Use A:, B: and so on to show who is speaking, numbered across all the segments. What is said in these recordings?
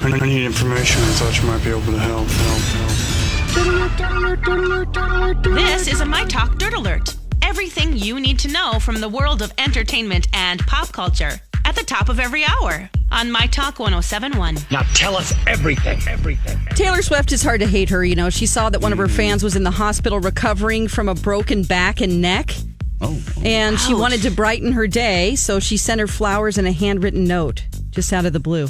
A: I need information. I thought you might be able to help.
B: This is a My Talk Dirt Alert. Everything you need to know from the world of entertainment and pop culture at the top of every hour on My Talk 1071.
C: Now tell us everything, everything.
D: Taylor Swift is hard to hate her. You know, she saw that one of her fans was in the hospital recovering from a broken back and neck.
C: Oh,
D: And she wanted to brighten her day, so she sent her flowers and a handwritten note just out of the blue.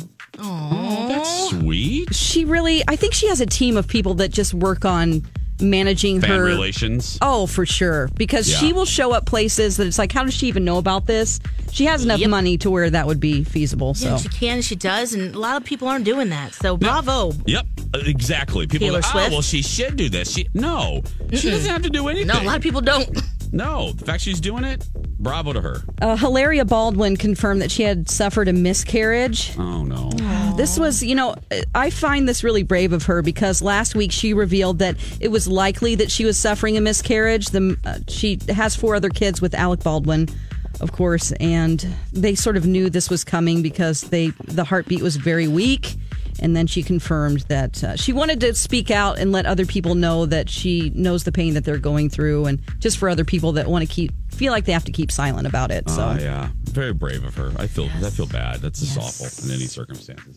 E: sweet
D: She really, I think she has a team of people that just work on managing
E: fan
D: her.
E: relations.
D: Oh, for sure. Because
E: Yeah.
D: she will show up places that it's like, how does she even know about this? She has enough
F: Yep.
D: money to where that would be feasible. So
F: Yeah, she can, she does, and a lot of people aren't doing that. So bravo.
E: Yep, exactly. People
F: Taylor
E: are like,
F: Swift?
E: oh, well, she should do this. She no, she doesn't have to do anything.
F: No, a lot of people don't.
E: No, the fact she's doing it, bravo to her.
F: Oh.
D: uh, Hilaria Baldwin confirmed that she had suffered a miscarriage.
E: Oh no,
D: This was, you know, I find this really brave of her because last week she revealed that it was likely that she was suffering a miscarriage. The, uh, she has four other kids with Alec Baldwin, of course, and they sort of knew this was coming because they the heartbeat was very weak. And then she confirmed that uh, she wanted to speak out and let other people know that she knows the pain that they're going through, and just for other people that want to keep feel like they have to keep silent about it. So.
E: Ah, yeah, very brave of her. I feel I feel bad. That's just awful in any circumstances.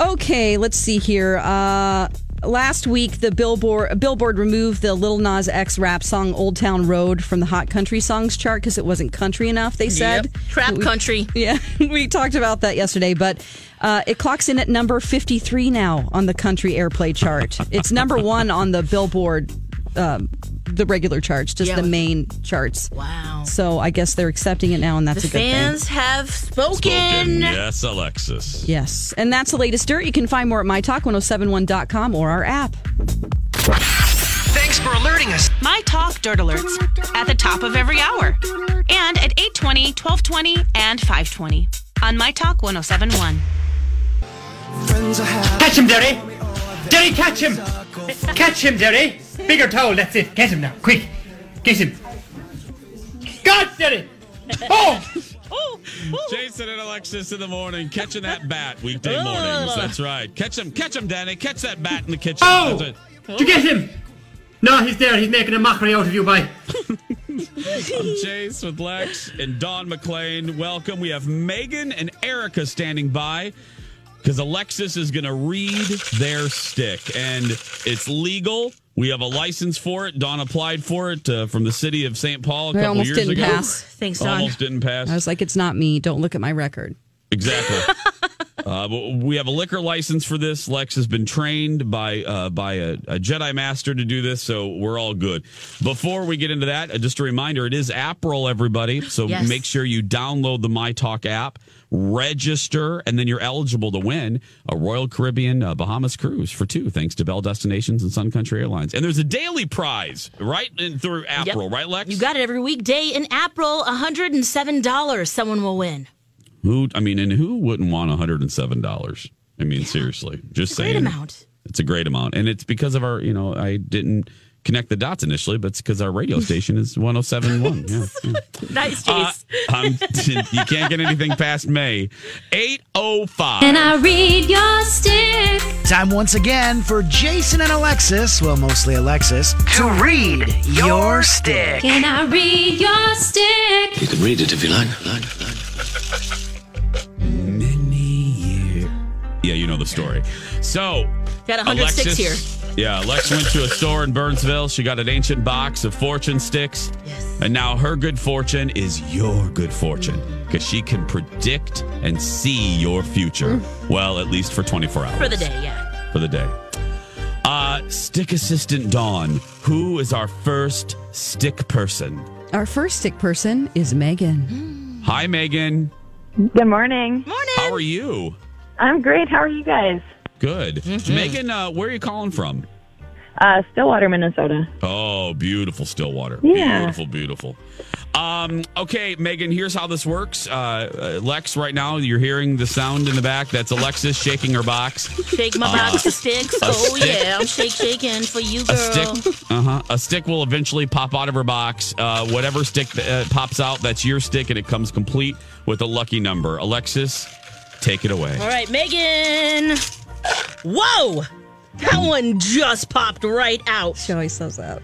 D: Okay, let's see here. Uh, last week, the Billboard Billboard removed the Lil Nas X rap song "Old Town Road" from the Hot Country Songs chart because it wasn't country enough. They said.
F: Yep. Trap country.
D: Yeah, we talked about that yesterday, but uh, it clocks in at number 53 now on the country airplay chart. It's number one on the Billboard, um, the regular charts, just
F: Yeah,
D: the
F: with-
D: main charts.
F: Wow.
D: So I guess they're accepting it now, and that's
F: The
D: a good thing.
F: fans have spoken.
E: Spoken. Yes, Alexis.
D: Yes. And that's the latest dirt. You can find more at mytalk1071.com or our app.
G: Thanks for alerting us.
B: My Talk Dirt Alerts at the top of every hour and at 820, 1220, and 520 on My Talk 1071.
C: Catch him, Derry! Derry, catch him! Catch him, Derry! Bigger towel, that's it. Catch him now, quick! Catch him! God, Derry! Oh!
E: Jason and Alexis in the morning, catching that bat weekday mornings. That's right. Catch him, catch him, Danny. Catch that bat in the kitchen. That's
C: Oh!
E: it.
C: Did you get him? No, he's there. He's making a mockery out of you, bye.
E: I'm Chase with Lex and Don McLean. Welcome. We have Megan and Erica standing by because Alexis is going to read their stick, and it's legal. We have a license for it. Don applied for it uh, from the city of St. Paul a
D: I
E: couple
D: almost
E: years
D: didn't
E: ago.
D: pass.
F: Thanks, Don.
E: Almost didn't pass.
D: I was like, it's not me. Don't look at my record.
E: Exactly. uh, but we have a liquor license for this. Lex has been trained by uh, by a, a Jedi master to do this, so we're all good. Before we get into that, uh, just a reminder: it is April, everybody. So
F: Yes.
E: make sure you download the My Talk app, register, and then you're eligible to win a Royal Caribbean uh, Bahamas cruise for two, thanks to Bell Destinations and Sun Country Airlines. And there's a daily prize right in, through
F: Yep.
E: April, right, Lex?
F: You got it every weekday in April, $107 someone will win.
E: Who? I mean, and who wouldn't want one hundred and seven dollars? I mean, seriously, just
F: Great
E: saying.
F: amount.
E: It's a great amount, and it's because of our. You know, I didn't connect the dots initially, but it's because our radio station is one oh seven one. Yeah. yeah.
F: Nice,
E: Uh,
F: Jace.
E: I'm- you can't get anything past May eight oh five.
H: read your stick.
G: Time once again for Jason and Alexis, well, mostly Alexis, to read your stick.
H: Can I read your stick?
I: You can read it if you like.
E: Many years. Yeah, you know the story. So
F: Got 100 sticks here.
E: Yeah, Lex went to a store in Burnsville. She got an ancient box of fortune sticks. Yes. And now her good fortune is your good fortune because she can predict and see your future. Well, at least for 24 hours.
F: Mm. For the day, yeah.
E: For the day. Uh, stick assistant Dawn, who is our first stick person?
D: Our first stick person is Megan.
E: Hi, Megan.
I: Good morning.
E: How are you?
I: I'm great. How are you guys?
E: Good. Megan, uh, where are you calling from?
I: Uh, Stillwater, Minnesota.
E: Oh, beautiful Stillwater.
I: Yeah.
E: Beautiful, beautiful. Um, okay, Megan, here's how this works. Uh, uh, Lex, right now, you're hearing the sound in the back. That's Alexis shaking her box.
F: Shake my
E: Uh,
F: box of sticks.
E: a
F: Oh,
E: stick.
F: yeah. I'm shake shaking for you,
E: A
F: girl.
E: stick, uh-huh. a stick will eventually pop out of her box. Uh, whatever stick that uh, pops out, that's your stick, and it comes complete with a lucky number. Alexis, take it away.
J: All right, Megan. Whoa! That one just popped right out. She
D: always says that.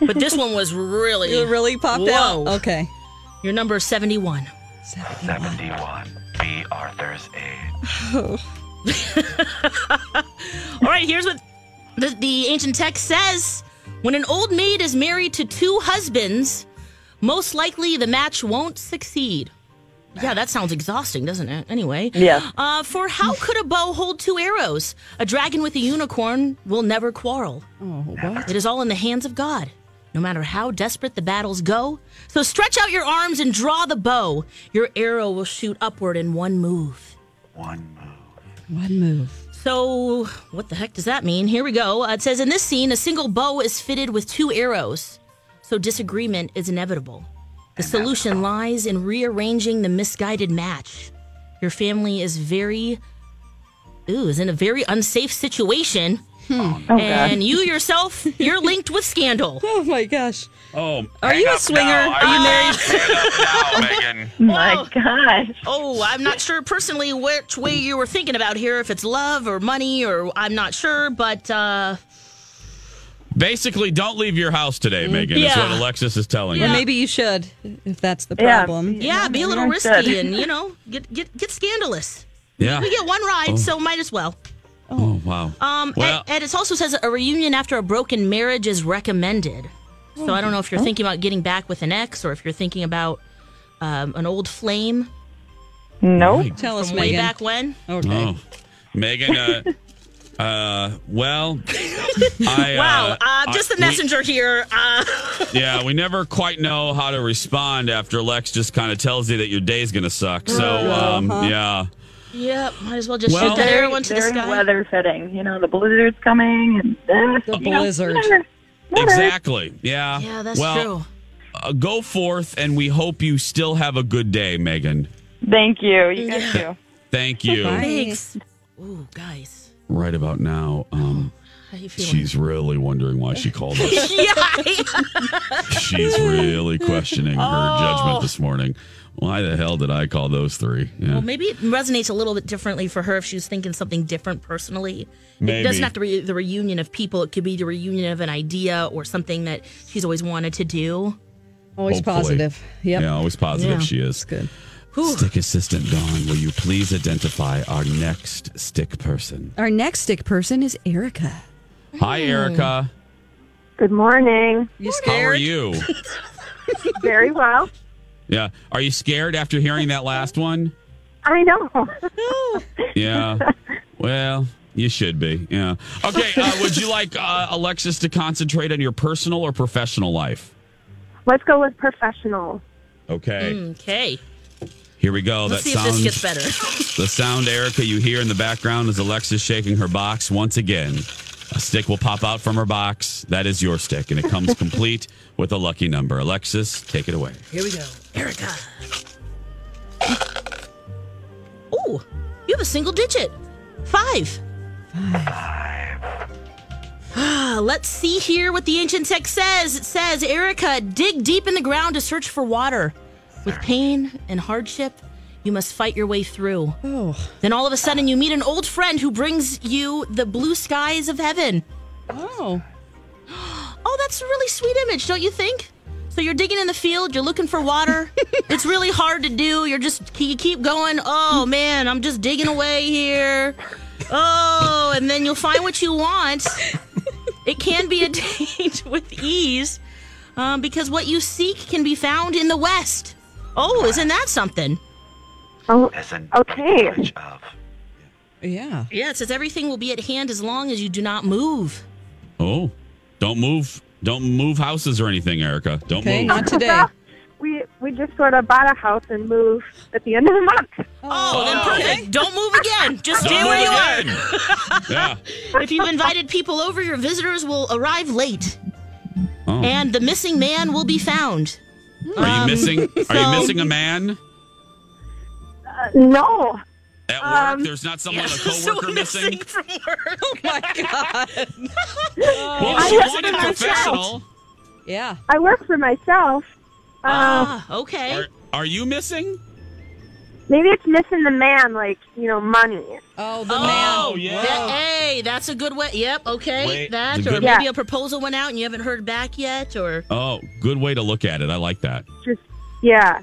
J: But this one was really.
D: It really popped
J: Whoa.
D: out? Okay.
F: Your number is 71.
K: 71. B. Arthur's age.
F: All right, here's what the, the ancient text says When an old maid is married to two husbands, most likely the match won't succeed. Yeah, that sounds exhausting, doesn't it? Anyway.
I: Yeah.
F: Uh, for how could a bow hold two arrows? A dragon with a unicorn will never quarrel.
D: Oh, what?
F: It is all in the hands of God, no matter how desperate the battles go. So stretch out your arms and draw the bow. Your arrow will shoot upward in one move.
K: One move.
D: One move.
F: So, what the heck does that mean? Here we go. Uh, it says in this scene, a single bow is fitted with two arrows. So, disagreement is inevitable. The solution lies in rearranging the misguided match. Your family is very, ooh, is in a very unsafe situation.
D: Oh, God.
F: and you yourself, you're linked with scandal.
D: Oh my gosh.
E: Oh,
D: Are you a swinger? Are you married?
K: Megan.
F: My gosh. Oh, I'm not sure personally which way you were thinking about here, if it's love or money or I'm not sure, but uh
E: Basically, don't leave your house today, Megan. Is
F: Yeah.
E: what Alexis is telling
D: Or
E: us.
D: maybe you should, if that's the
F: Yeah.
D: problem.
F: Yeah, be a little risky and you know, get get get scandalous.
E: Yeah.
F: We get one ride,
E: Oh.
F: so might as well.
E: Oh wow.
F: Um
E: Well-
F: and, and it also says a reunion after a broken marriage is recommended. So I don't know if you're
D: Oh.
F: thinking about getting back with an ex or if you're thinking about um, an old flame.
I: No.
D: Tell us,
F: from way
D: Megan.
F: back when.
E: Oh, Megan. Uh, uh, well, I,
J: wow, uh, just
E: I-
J: the messenger here. Uh,
E: We, yeah, we never quite know how to respond after Lex just kind of tells you that your day's gonna suck. So, um,
F: Uh-huh.
E: yeah.
F: Yep, might as well just
E: Well-
F: shoot that arrow into the
I: Very
F: sky.
I: weather fitting. You know, the blizzard's coming and this.
D: The
I: you know,
D: blizzard.
I: whatever.
E: Exactly. Yeah.
I: Yeah, that's
E: well,
I: true.
E: Uh, go forth, and we hope you still have a good day, Megan.
I: Thank you. You guys too.
E: Thank you.
F: Thanks. Ooh, guys.
E: Right about now, um,
F: How you feeling?
E: she's really wondering why she called us.
F: yeah.
E: She's really questioning her
F: Oh.
E: judgment this morning. Why the hell did I call those three? Yeah.
F: Well, maybe it resonates a little bit differently for her if she was thinking something different personally. It
E: Maybe.
F: doesn't have to be the reunion of people. It could be the reunion of an idea or something that she's always wanted to do.
D: Always
E: Hopefully.
D: positive. Yep.
E: Yeah, always positive
F: Yeah.
E: she is.
D: Good.
E: Stick assistant Dawn, will you please identify our next stick person?
D: Our next stick person is Erica.
F: Hmm.
E: Hi, Erica.
I: Good morning.
D: You
E: How are you?
I: Very well.
E: Yeah. Are you scared after hearing that last one?
I: I know.
E: Yeah. Well, you should be. Yeah. Okay. Uh, would you like uh, Alexis to concentrate on your personal or professional life?
I: Let's go with professional.
E: Okay.
F: Okay.
E: Here we go.
F: Hmm. Let's
E: that
F: see
E: sounds
F: if this gets
E: The sound, Erica, you hear in the background is Alexis shaking her box once again. A stick will pop out from her box. That is your stick, and it comes complete with a lucky number. Alexis, take it away.
F: better. Here we go. Erica. Oh, you have a single digit. Five. Ah, Let's see here what the ancient text says. It says, Erica, dig deep in the ground to search for water. With pain and hardship, you must fight your way through.
D: Oh.
F: Then all of a sudden, you meet an old friend who brings you the blue skies of heaven.
D: Oh.
F: Oh, that's a really sweet image, don't you think? So you're digging in the field, you're looking for water. it's really hard to do. You're just you keep going. Oh man, I'm just digging away here. Oh, and then you'll find what you want. It can be attained with ease um, because what you seek can be found in the West. Oh, isn't that something?
I: Oh,
F: okay.
D: Yeah.
F: Yeah, it says everything will be at hand as long as you do not move.
E: Oh, don't move. Don't move houses or anything, Erica. Don't move.
I: today. we we just sort of bought a house and moved at the end of the month.
F: Oh, then perfect. Don't move again. Just
E: Don't
F: stay where
E: move
F: you are.
E: again. yeah.
F: if you've invited people over, your visitors will arrive late, and the missing man will be found.
E: Are you
F: Um,
E: missing? Are
F: so-
E: you missing a man?
I: Uh, no.
E: At work,
F: um,
E: there's not someone a coworker missing.
F: from work.
D: Oh my god.
E: Well,
I: I
E: she
I: work
E: wanted
I: for myself.
E: professional.
D: Yeah.
I: I work for myself. Uh,
F: Ah. okay.
E: Are, are you missing?
I: Maybe it's missing the man, like you know, money.
D: Oh, the
E: Oh, yeah.
F: That- hey, that's a good way. Yep. Okay.
E: Wait,
F: that
E: the
F: or
E: good-
F: maybe
E: Yeah.
F: a proposal went out and you haven't heard back yet, or
E: Oh, good way to look at it. I like that.
I: Yeah.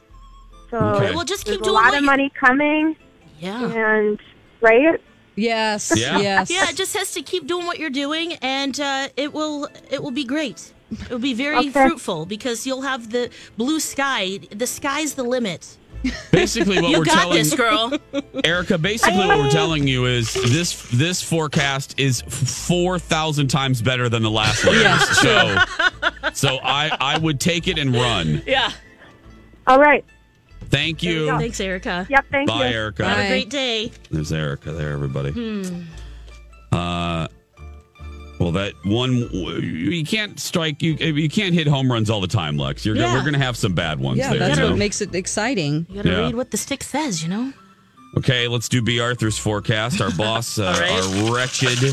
I: So
E: Okay.
F: Well, just
I: there's
F: keep doing
I: a lot
F: what
I: of
F: you-
I: money coming.
F: Yeah.
I: And right.
D: Yes.
E: Yeah.
D: Yes.
F: yeah. It just has to keep doing what you're doing, and uh, it will it will be great. It will be very
I: Okay.
F: fruitful because you'll have the blue sky. The sky's the limit.
E: Basically, what
F: you
E: we're
F: got
E: telling
F: this, girl.
E: Erica, basically what we're telling you is this this forecast is four thousand times better than the last one.
D: Yeah.
E: So so I I would take it and run.
F: yeah.
I: All right.
E: Thank you.
F: Thanks, Erica.
I: Yep. Thank you.
E: Bye, Erica.
F: Have a great day.
E: There's Erica there, everybody.
D: Hmm.
E: Uh, well, that one you can't strike you you can't hit home runs all the time, Lex. You're
F: Yeah.
E: we're gonna have some bad ones
D: Yeah,
E: there.
D: that's
E: you know?
D: what makes it exciting.
F: You gotta
E: Yeah.
F: read what the stick says, you know.
E: Okay, let's do B. Arthur's forecast. Our boss, uh,
F: All right.
E: our wretched,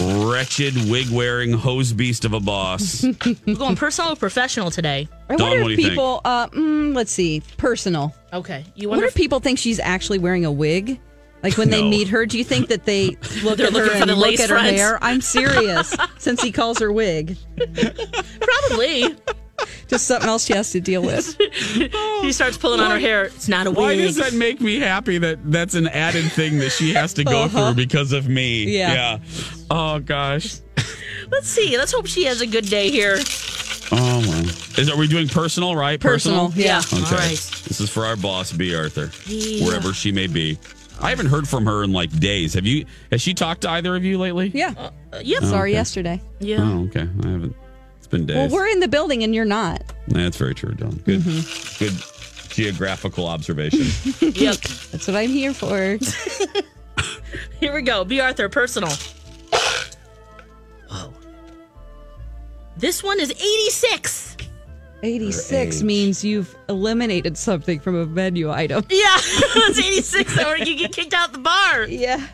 E: wretched wig wearing hose beast of a boss.
F: We're going personal or professional today.
D: I
E: Dawn,
D: wonder
E: what
D: if
E: do you think?
D: people. Uh, mm, let's see. Personal.
F: Okay. You
D: What
F: wonder
D: if
F: if
D: people think she's actually wearing a wig? Like when they
E: No.
D: meet her, do you think that they look
F: They're
D: at her
F: looking for
D: and
F: the
D: look
F: lace
D: at her
F: fronts.
D: hair? I'm serious. since he calls her wig,
F: probably
D: just something else she has to deal with.
F: she starts pulling on her hair. It's not a wig.
E: Why does that make me happy that that's an added thing that she has to go through because of me?
D: Uh-huh. Yeah.
E: Yeah. Oh, gosh.
F: Let's see. Let's hope she has a good day here.
E: Oh, my. Is, are we doing personal, right?
D: Personal, yeah.
E: Okay.
F: All right.
E: This is for our boss, B. Arthur,
F: Yeah.
E: wherever she may be. I haven't heard from her in like days. Have you? Has she talked to either of you lately?
D: Yeah.
F: Uh, yep.
D: Sorry, yesterday.
F: Yeah.
E: Oh, okay. I haven't. It's been days.
D: Well, we're in the building and you're not.
E: That's very true, Don. Good,
F: Mm-hmm.
E: good geographical observation.
F: yep.
D: That's what I'm here for.
F: Here we go. B. Arthur, personal. Whoa. This one is 86.
D: 86 means you've eliminated something from a menu item.
F: Yeah. it's 86. Or you get kicked out the bar.
D: Yeah.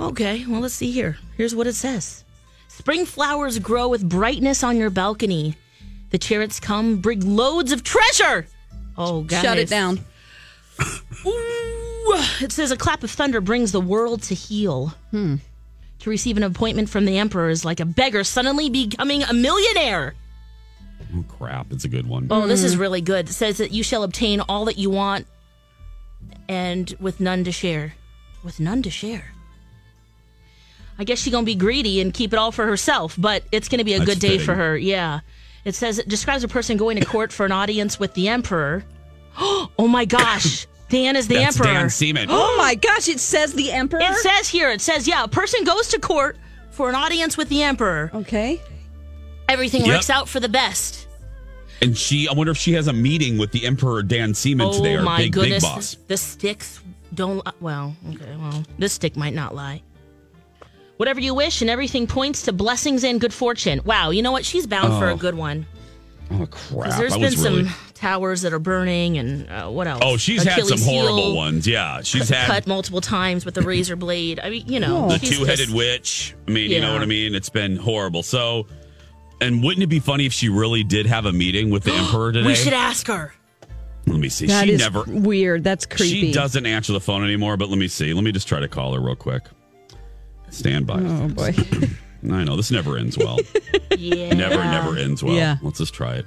F: Okay, well, let's see here. Here's what it says Spring flowers grow with brightness on your balcony. The chariots come, bring loads of treasure. Oh, guys.
D: Shut it down.
F: Ooh. It says a clap of thunder brings the world to heel. Hmm. To receive an appointment from the emperor is like a beggar suddenly becoming a millionaire.
E: oh crap! It's a good one.
F: Oh, this is really good. It says that you shall obtain all that you want and with none to share. With none to share. I guess she going to be greedy and keep it all for herself, but it's going to be a
E: That's
F: good day
E: fitting.
F: for her. Yeah. It says it describes a person going to court for an audience with the emperor. Oh my gosh. Dan is the
E: That's
F: emperor.
E: Dan Seaman.
D: Oh my gosh, it says the emperor.
F: It says here, it says, yeah, a person goes to court for an audience with the emperor.
D: okay.
F: Everything
E: Yep.
F: works out for the best.
E: And she, I wonder if she has a meeting with the Emperor Dan
F: Oh
E: Seaman today, our big, big boss.
F: The sticks don't. li- Well, okay, well, this stick might not lie. Whatever you wish, and everything points to blessings and good fortune. Wow, you know what? She's bound for a
E: Oh,
F: good one.
E: Oh crap!
F: Because there's
E: I
F: been
E: was really-
F: some towers that are burning, and uh, what else?
E: Oh, she's had
F: Achilles'
E: some horrible
F: heel
E: ones. Yeah, she's had
F: Cut multiple times with a razor blade. I mean, you know,
E: the
F: she's
E: two-headed
F: just-
E: witch. I mean, you know
F: Yeah.
E: what I mean. It's been horrible. So, and wouldn't it be funny if she really did have a meeting with the Emperor today?
F: We should ask her.
E: Let me see.
D: That
E: she
D: is
E: never.
D: weird. That's creepy.
E: She doesn't answer the phone anymore. But let me see. Let me just try to call her real quick. Stand by.
D: Oh boy.
E: I know this never ends well.
F: Yeah.
E: Never, never ends well.
D: Yeah.
E: Let's just try it.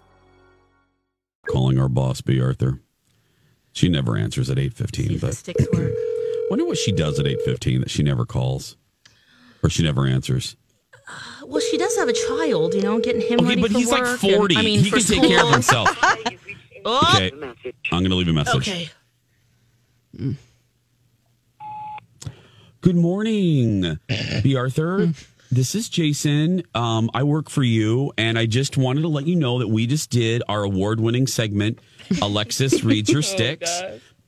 E: calling our boss B Arthur. She never answers at eight fifteen. But
F: sticks work.
E: wonder what she does at eight fifteen that she never calls or she never answers.
F: Uh, Well, she does have a child, you know, getting him
E: Okay,
F: ready
E: but
F: for
E: he's like
F: work
E: 40.
F: And, I mean,
E: He
F: for
E: can take care of
F: school.
E: himself.
F: oh,
E: Okay, I'm gonna leave a message.
F: okay.
E: Good morning, B. Arthur. This is Jason. Um, I work for you, and I just wanted to let you know that we just did our award winning segment, Alexis Reads Your Sticks.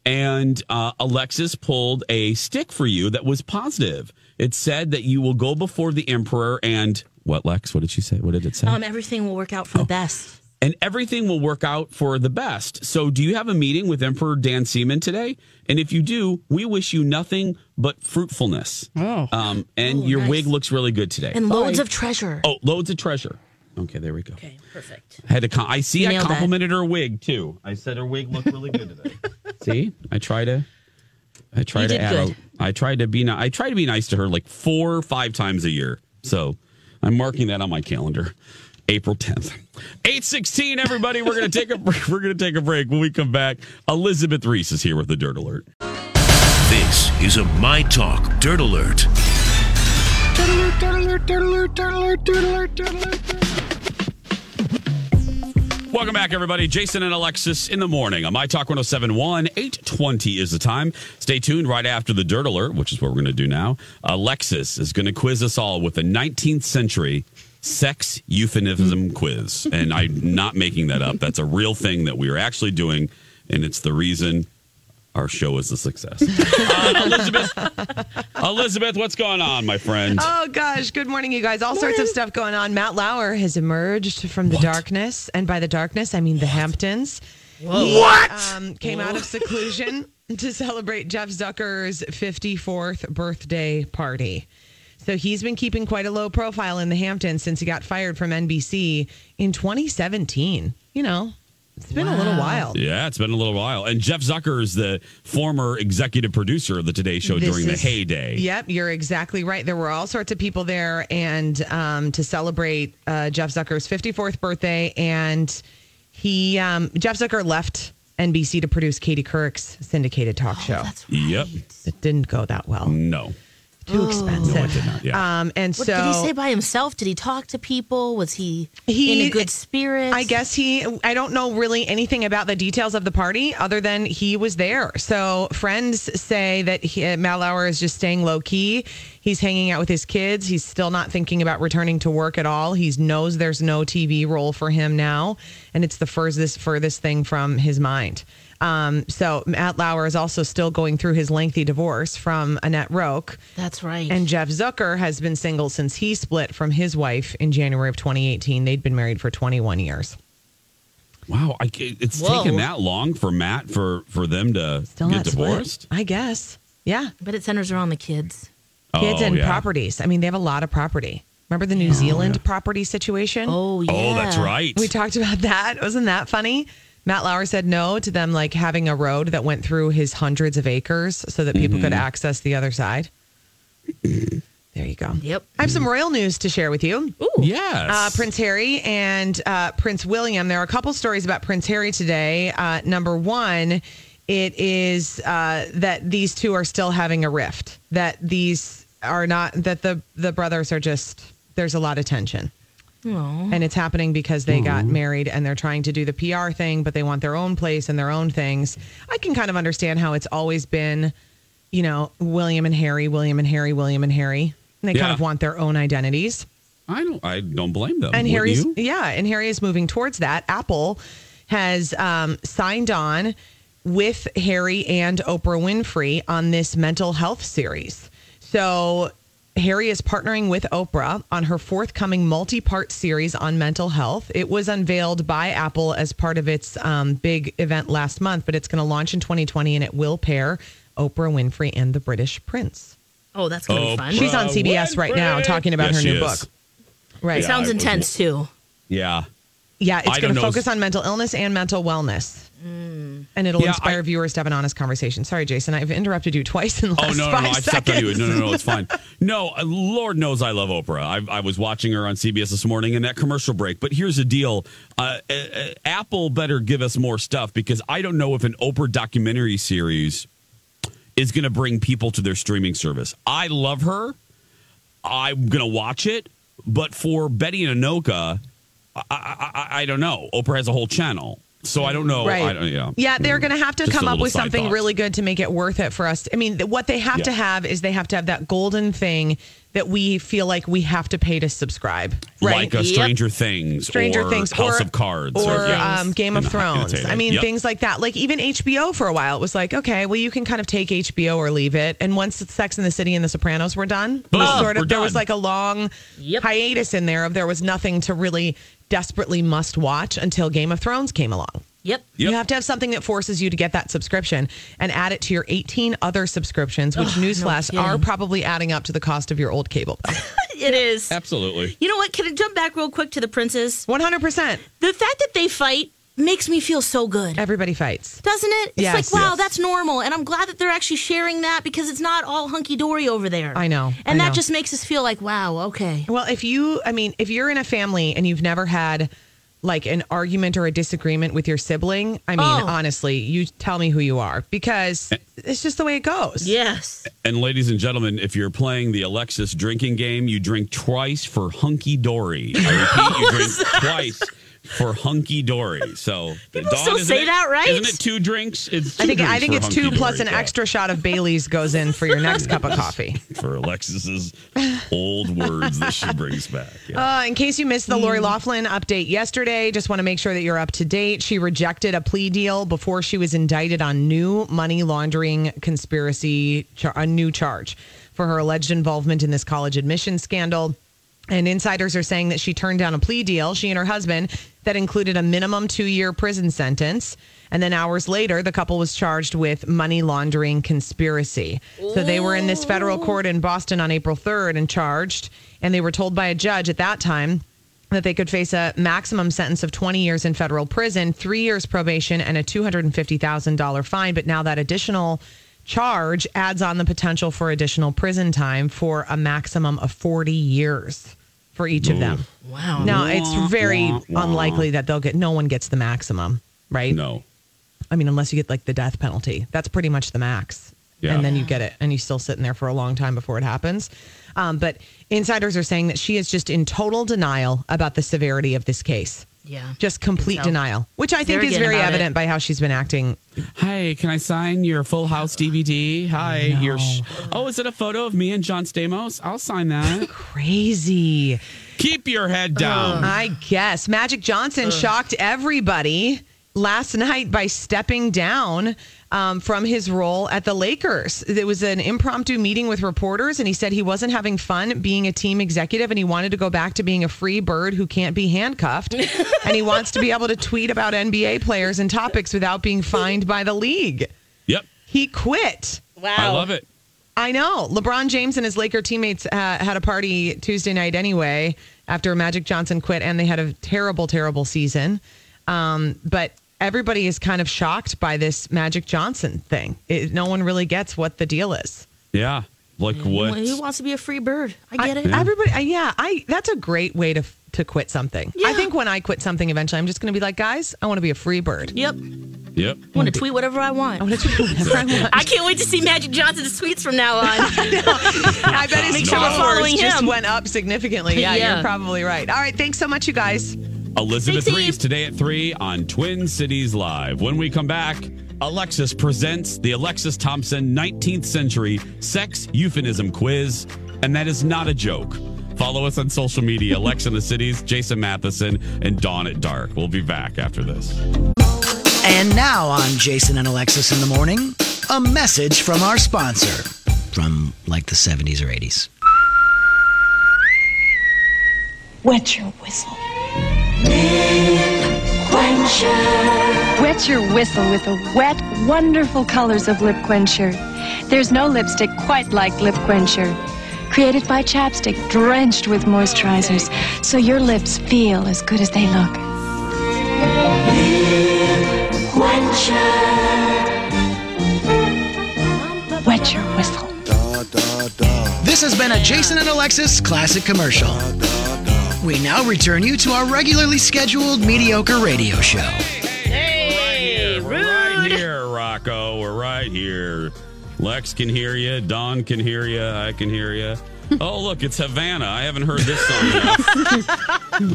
E: and uh, Alexis pulled a stick for you that was positive. It said that you will go before the emperor and what, Lex? What did she say? What did it say? Oh.
F: Um, everything will work out for the best.
E: and everything will work out for the best. So, do you have a meeting with Emperor Dan Seaman today? And if you do, we wish you nothing but fruitfulness. Oh. Um, and your wig looks really good today.
F: And loads of treasure.
E: Oh, loads of treasure. Okay, there we go. Okay,
F: perfect.
E: I had to. Com- I see. I
F: Nailed that.
E: complimented her wig too. I said her wig looked really good today. see, I try to. I try
F: You
E: to
F: did
E: add. A,
F: good.
E: I try to be. ni- I try to be nice to her like four or five times a year. So I'm marking that on my calendar. April 10th. 816 everybody we're going to take a break. we're going to take a break when we come back Elizabeth Reese is here with the dirt alert.
L: This is a My Talk Dirt Alert.
E: Welcome back, everybody. Jason and Alexis in the morning on My Talk 1071. 820 is the time. Stay tuned right after the Dirt Alert, which is what we're going to do now. Alexis is going to quiz us all with a 19th century sex euphemism quiz. And I'm not making that up. That's a real thing that we are actually doing. And it's the reason our show is a success. Uh, Elizabeth, Elizabeth, what's going on, my friend?
M: Oh gosh, good morning, you guys. All sorts of stuff going on. Matt Lauer has emerged from the darkness, and by the darkness, I mean the Hamptons.
N: Whoa.
M: He,
N: What?
M: Um, came out of seclusion to celebrate Jeff Zucker's 54th birthday party. So he's been keeping quite a low profile in the Hamptons since he got fired from NBC in 2017. You know, it's been a little while.
E: Yeah, it's been a little while. And Jeff Zucker is the former executive producer of the Today Show
M: This
E: during
M: is-
E: the heyday.
M: Yep, you're exactly right. There were all sorts of people there, and um, to celebrate uh, Jeff Zucker's 54th birthday, and he um, Jeff Zucker left NBC to produce Katie Couric's syndicated talk show.
E: Yep.
M: Oh, It didn't go that well.
E: No.
M: Too
F: Oh.
M: expensive.
F: No, it did not,
E: yeah.
M: Um, and
F: What
M: so
F: did he stay by himself? Did he talk to people? Was he, in a good spirit?
M: I guess he. I don't know really anything about the details of the party other than he was there. So friends say that he, uh, Matt Lauer is just staying low key. He's hanging out with his kids. He's still not thinking about returning to work at all. He knows there's no TV role for him now, and it's the furthest furthest thing from his mind. Um, so Matt Lauer is also still going through his lengthy divorce from Annette Roque.
F: That's right.
M: And Jeff Zucker has been single since he split from his wife in January of 2018. They'd been married for 21 years.
E: Wow, I, it's
M: Whoa.
E: taken that long for Matt for for them to
M: Still
E: get
M: not split,
E: divorced.
M: I guess. Yeah.
F: But it centers around the kids.
M: Kids
E: Oh,
M: and
E: yeah.
M: properties. I mean, they have a lot of property. Remember the New Zealand property situation?
F: Oh,
E: Oh, that's yeah. right.
M: We talked about that. Wasn't that funny? Matt Lauer said no to them, like having a road that went through his hundreds of acres so that people
E: Mm-hmm.
M: could access the other side. There you go.
F: Yep.
M: I have some royal news to share with you. Ooh.
E: Yes.
M: Uh, Prince Harry and uh, Prince William. There are a couple stories about Prince Harry today. Uh, number one, it is uh, that these two are still having a rift. That these are not. That the the brothers are just. There's a lot of tension.
F: Aw.
M: And it's happening because they got married and they're trying to do the PR thing, but they want their own place and their own things. I can kind of understand how it's always been, you know, William and Harry, William and Harry, William and Harry. And they kind
E: Yeah.
M: of want their own identities.
E: I don't. I don't blame them.
M: And
E: Wouldn't
M: Harry's
E: you?
M: yeah, and Harry is moving towards that. Apple has um, signed on with Harry and Oprah Winfrey on this mental health series. So Harry is partnering with Oprah on her forthcoming multi-part series on mental health. It was unveiled by Apple as part of its um, big event last month, but it's going to launch in 2020, and it will pair Oprah Winfrey and the British Prince.
F: Oh, that's gonna be fun.
M: She's on CBS right now talking about
E: Yes,
M: her
E: she
M: new
E: is.
M: book. Right.
F: It sounds
E: I was-
F: intense too.
E: Yeah.
M: Yeah, it's
E: I
M: going
E: don't
M: to
E: know if-
M: focus on mental illness and mental wellness.
F: Mm.
M: And it'll
E: Yeah,
M: inspire viewers to have an honest conversation. Sorry, Jason, I've interrupted you twice in the
E: Oh
M: last
E: no, no, no!
M: five
E: I stepped on
M: seconds.
E: you. No, no, no! It's fine. No, uh, Lord knows I love Oprah. I, I was watching her on CBS this morning in that commercial break. But here's the deal: uh, uh, uh, Apple better give us more stuff because I don't know if an Oprah documentary series is going to bring people to their streaming service. I love her. I'm going to watch it. But for Betty and Anoka, I, I, I, I don't know. Oprah has a whole channel, so I don't know.
M: Right.
E: I don't, yeah.
M: Yeah, they're going to have to
E: Just a
M: come up
E: little
M: with
E: side
M: something
E: thought.
M: really good to make it worth it for us. I mean, th- what they have to
E: Yeah.
M: have is they have to have that golden thing that we feel like we have to pay to subscribe. Right?
E: Like a Stranger Things,
M: Stranger
E: or
M: Things,
E: House
M: or-
E: of Cards,
M: or
E: yeah.
M: um, Game
E: I'm
M: of
E: not gonna
M: Thrones.
E: say that.
M: I mean,
E: Yep.
M: things like that. Like even HBO for a while, it was like, okay, well, you can kind of take HBO or leave it. And once Sex and the City and The Sopranos were done,
E: Boom,
M: was sort of
E: we're
M: there was
E: done.
M: like a long hiatus in there of there was nothing to really desperately must watch until Game of Thrones came along.
F: Yep.
M: You have to have something that forces you to get that subscription and add it to your 18 other subscriptions, which
F: Ugh, no
M: newsflash
F: kidding.
M: are probably adding up to the cost of your old cable bill.
F: It is.
E: Absolutely.
F: You know what? Can I jump back real quick to the princes?
M: One hundred percent.
F: The fact that they fight makes me feel so good.
M: Everybody fights,
F: doesn't it? It's
M: Yes.
F: like wow,
M: Yes.
F: that's normal, and I'm glad that they're actually sharing that because it's not all hunky dory over there.
M: I know.
F: and
M: I
F: that
M: know.
F: just makes us feel like wow, okay.
M: Well, if you, I mean, if you're in a family and you've never had like an argument or a disagreement with your sibling, I mean,
F: Oh.
M: honestly, you tell me who you are because it's just the way it goes.
F: Yes.
E: And ladies and gentlemen, if you're playing the Alexis drinking game, you drink twice for hunky dory. I repeat, you drink twice for hunky dory. So People
F: still say that, right?
E: Isn't it two drinks? It's two
M: I think I
E: drinks
M: think
E: for
M: it's two
E: hunky-dory,
M: plus an
E: yeah.
M: extra shot of Bailey's goes in for your next cup of coffee.
E: for Alexis's old words that she brings back. Yeah.
M: Uh, in case you missed the Lori Laughlin update yesterday, just want to make sure that you're up to date. She rejected a plea deal before she was indicted on new money laundering conspiracy, char- a new charge for her alleged involvement in this college admission scandal. And insiders are saying that she turned down a plea deal, she and her husband, that included a minimum two year prison sentence. And then hours later, the couple was charged with money laundering conspiracy. So they were in this federal court in Boston on April 3rd and charged. And they were told by a judge at that time that they could face a maximum sentence of 20 years in federal prison, three years probation, and a $250,000 fine. But now that additional charge adds on the potential for additional prison time for a maximum of 40 years for each of them.
F: Wow.
M: Now, it's very
F: Wah, wah, wah.
M: unlikely that they'll get, no one gets the maximum, right?
E: No.
M: I mean, unless you get like the death penalty, that's pretty much the max.
E: Yeah.
M: And then you get it, and you still sit in there for a long time before it happens. Um, but insiders are saying that she is just in total denial about the severity of this case.
F: Yeah.
M: Just complete
F: tell.
M: denial, which I
F: She's
M: think is
F: arrogant
M: very
F: about it.
M: evident by how she's been acting.
E: Hi, can I sign your Full House DVD? Hi, your sh- oh, is it a photo of me and John Stamos? I'll sign that.
M: Crazy. Um,
E: Keep your head down.
M: I guess Magic Johnson shocked everybody last night by stepping down um, from his role at the Lakers. It was an impromptu meeting with reporters, and he said he wasn't having fun being a team executive, and he wanted to go back to being a free bird who can't be handcuffed, and he wants to be able to tweet about NBA players and topics without being fined by the league.
E: Yep.
M: He quit.
F: Wow.
E: I love it.
M: I know. LeBron James and his Laker teammates uh, had a party Tuesday night anyway after Magic Johnson quit, and they had a terrible, terrible season. Um, but everybody is kind of shocked by this Magic Johnson thing. It, no one really gets what the deal is.
E: Yeah. Like what?
F: Who wants to be a free bird? I get it.
M: I- Everybody, I- yeah, I. That's a great way to to quit something. I think when I quit something, eventually, I'm just going to be like, guys, I want to be a free bird.
F: Yep.
E: Yep.
F: I want to tweet whatever I want. I want to tweet whatever I want. I can't wait to see Magic Johnson's tweets from now on. I
M: I bet his
F: Make sure we're
M: followers
F: following
M: just
F: him.
M: went up significantly. Yeah,
F: Yeah.
M: you're probably right. All right, thanks so much, you guys.
E: Elizabeth Reese today at 3 on Twin Cities Live. When we come back, Alexis presents the Alexis Thompson 19th Century Sex Euphemism Quiz, and that is not a joke. Follow us on social media, Lex in the Cities, Jason Matheson, and Dawn at Dark. We'll be back after this.
G: And now on Jason and Alexis in the morning, a message from our sponsor from like the 70s or 80s.
N: Wet your whistle. Wet your whistle with the wet, wonderful colors of Lip Quencher. There's no lipstick quite like Lip Quencher. Created by chapstick, drenched with moisturizers, so your lips feel as good as they look. Wet your whistle.
G: This has been a Jason and Alexis classic commercial. We now return you to our regularly scheduled mediocre radio show.
E: Hey, we're right here, Rocco. We're right here. Lex can hear you. Don can hear you. I can hear you. Oh, look, it's Havana. I haven't heard this song yet.